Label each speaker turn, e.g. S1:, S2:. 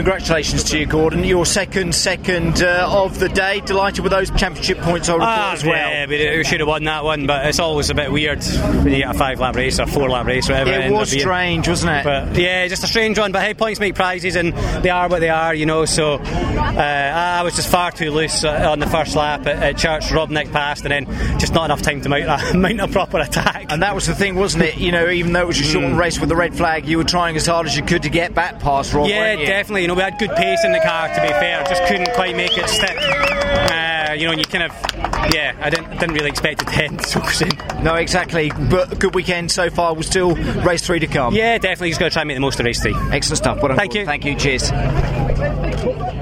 S1: Congratulations to you, Gordon. Your second second uh, of the day. Delighted with those championship points, I recall
S2: Ah,
S1: as well.
S2: yeah, we, we should have won that one, but it's always a bit weird when you get a five lap race or four lap race, whatever.
S1: it
S2: ends
S1: was
S2: up being.
S1: strange, wasn't it?
S2: But yeah, just a strange one. But hey, points make prizes, and they are what they are, you know. So uh, I was just far too loose uh, on the first lap at, at Church. Rob Nick passed, and then just not enough time to mount a, mount a proper attack.
S1: and that was the thing, wasn't it? You know, even though it was a short
S2: Hmm.
S1: race with the red flag, you were trying as hard as you could to get back past Rob.
S2: Yeah,
S1: weren't you?
S2: definitely. You know, we had good pace in the car. To be fair, just couldn't quite make it stick. Uh, you know, and you kind of, yeah, I didn't didn't really expect it to end so soon.
S1: No, exactly. But good weekend so far. We're still race three to come.
S2: Yeah, definitely. Just got to try and make the most of race three.
S1: Excellent stuff. Well done,
S2: Thank
S1: Gordon.
S2: you.
S1: Thank you. Cheers.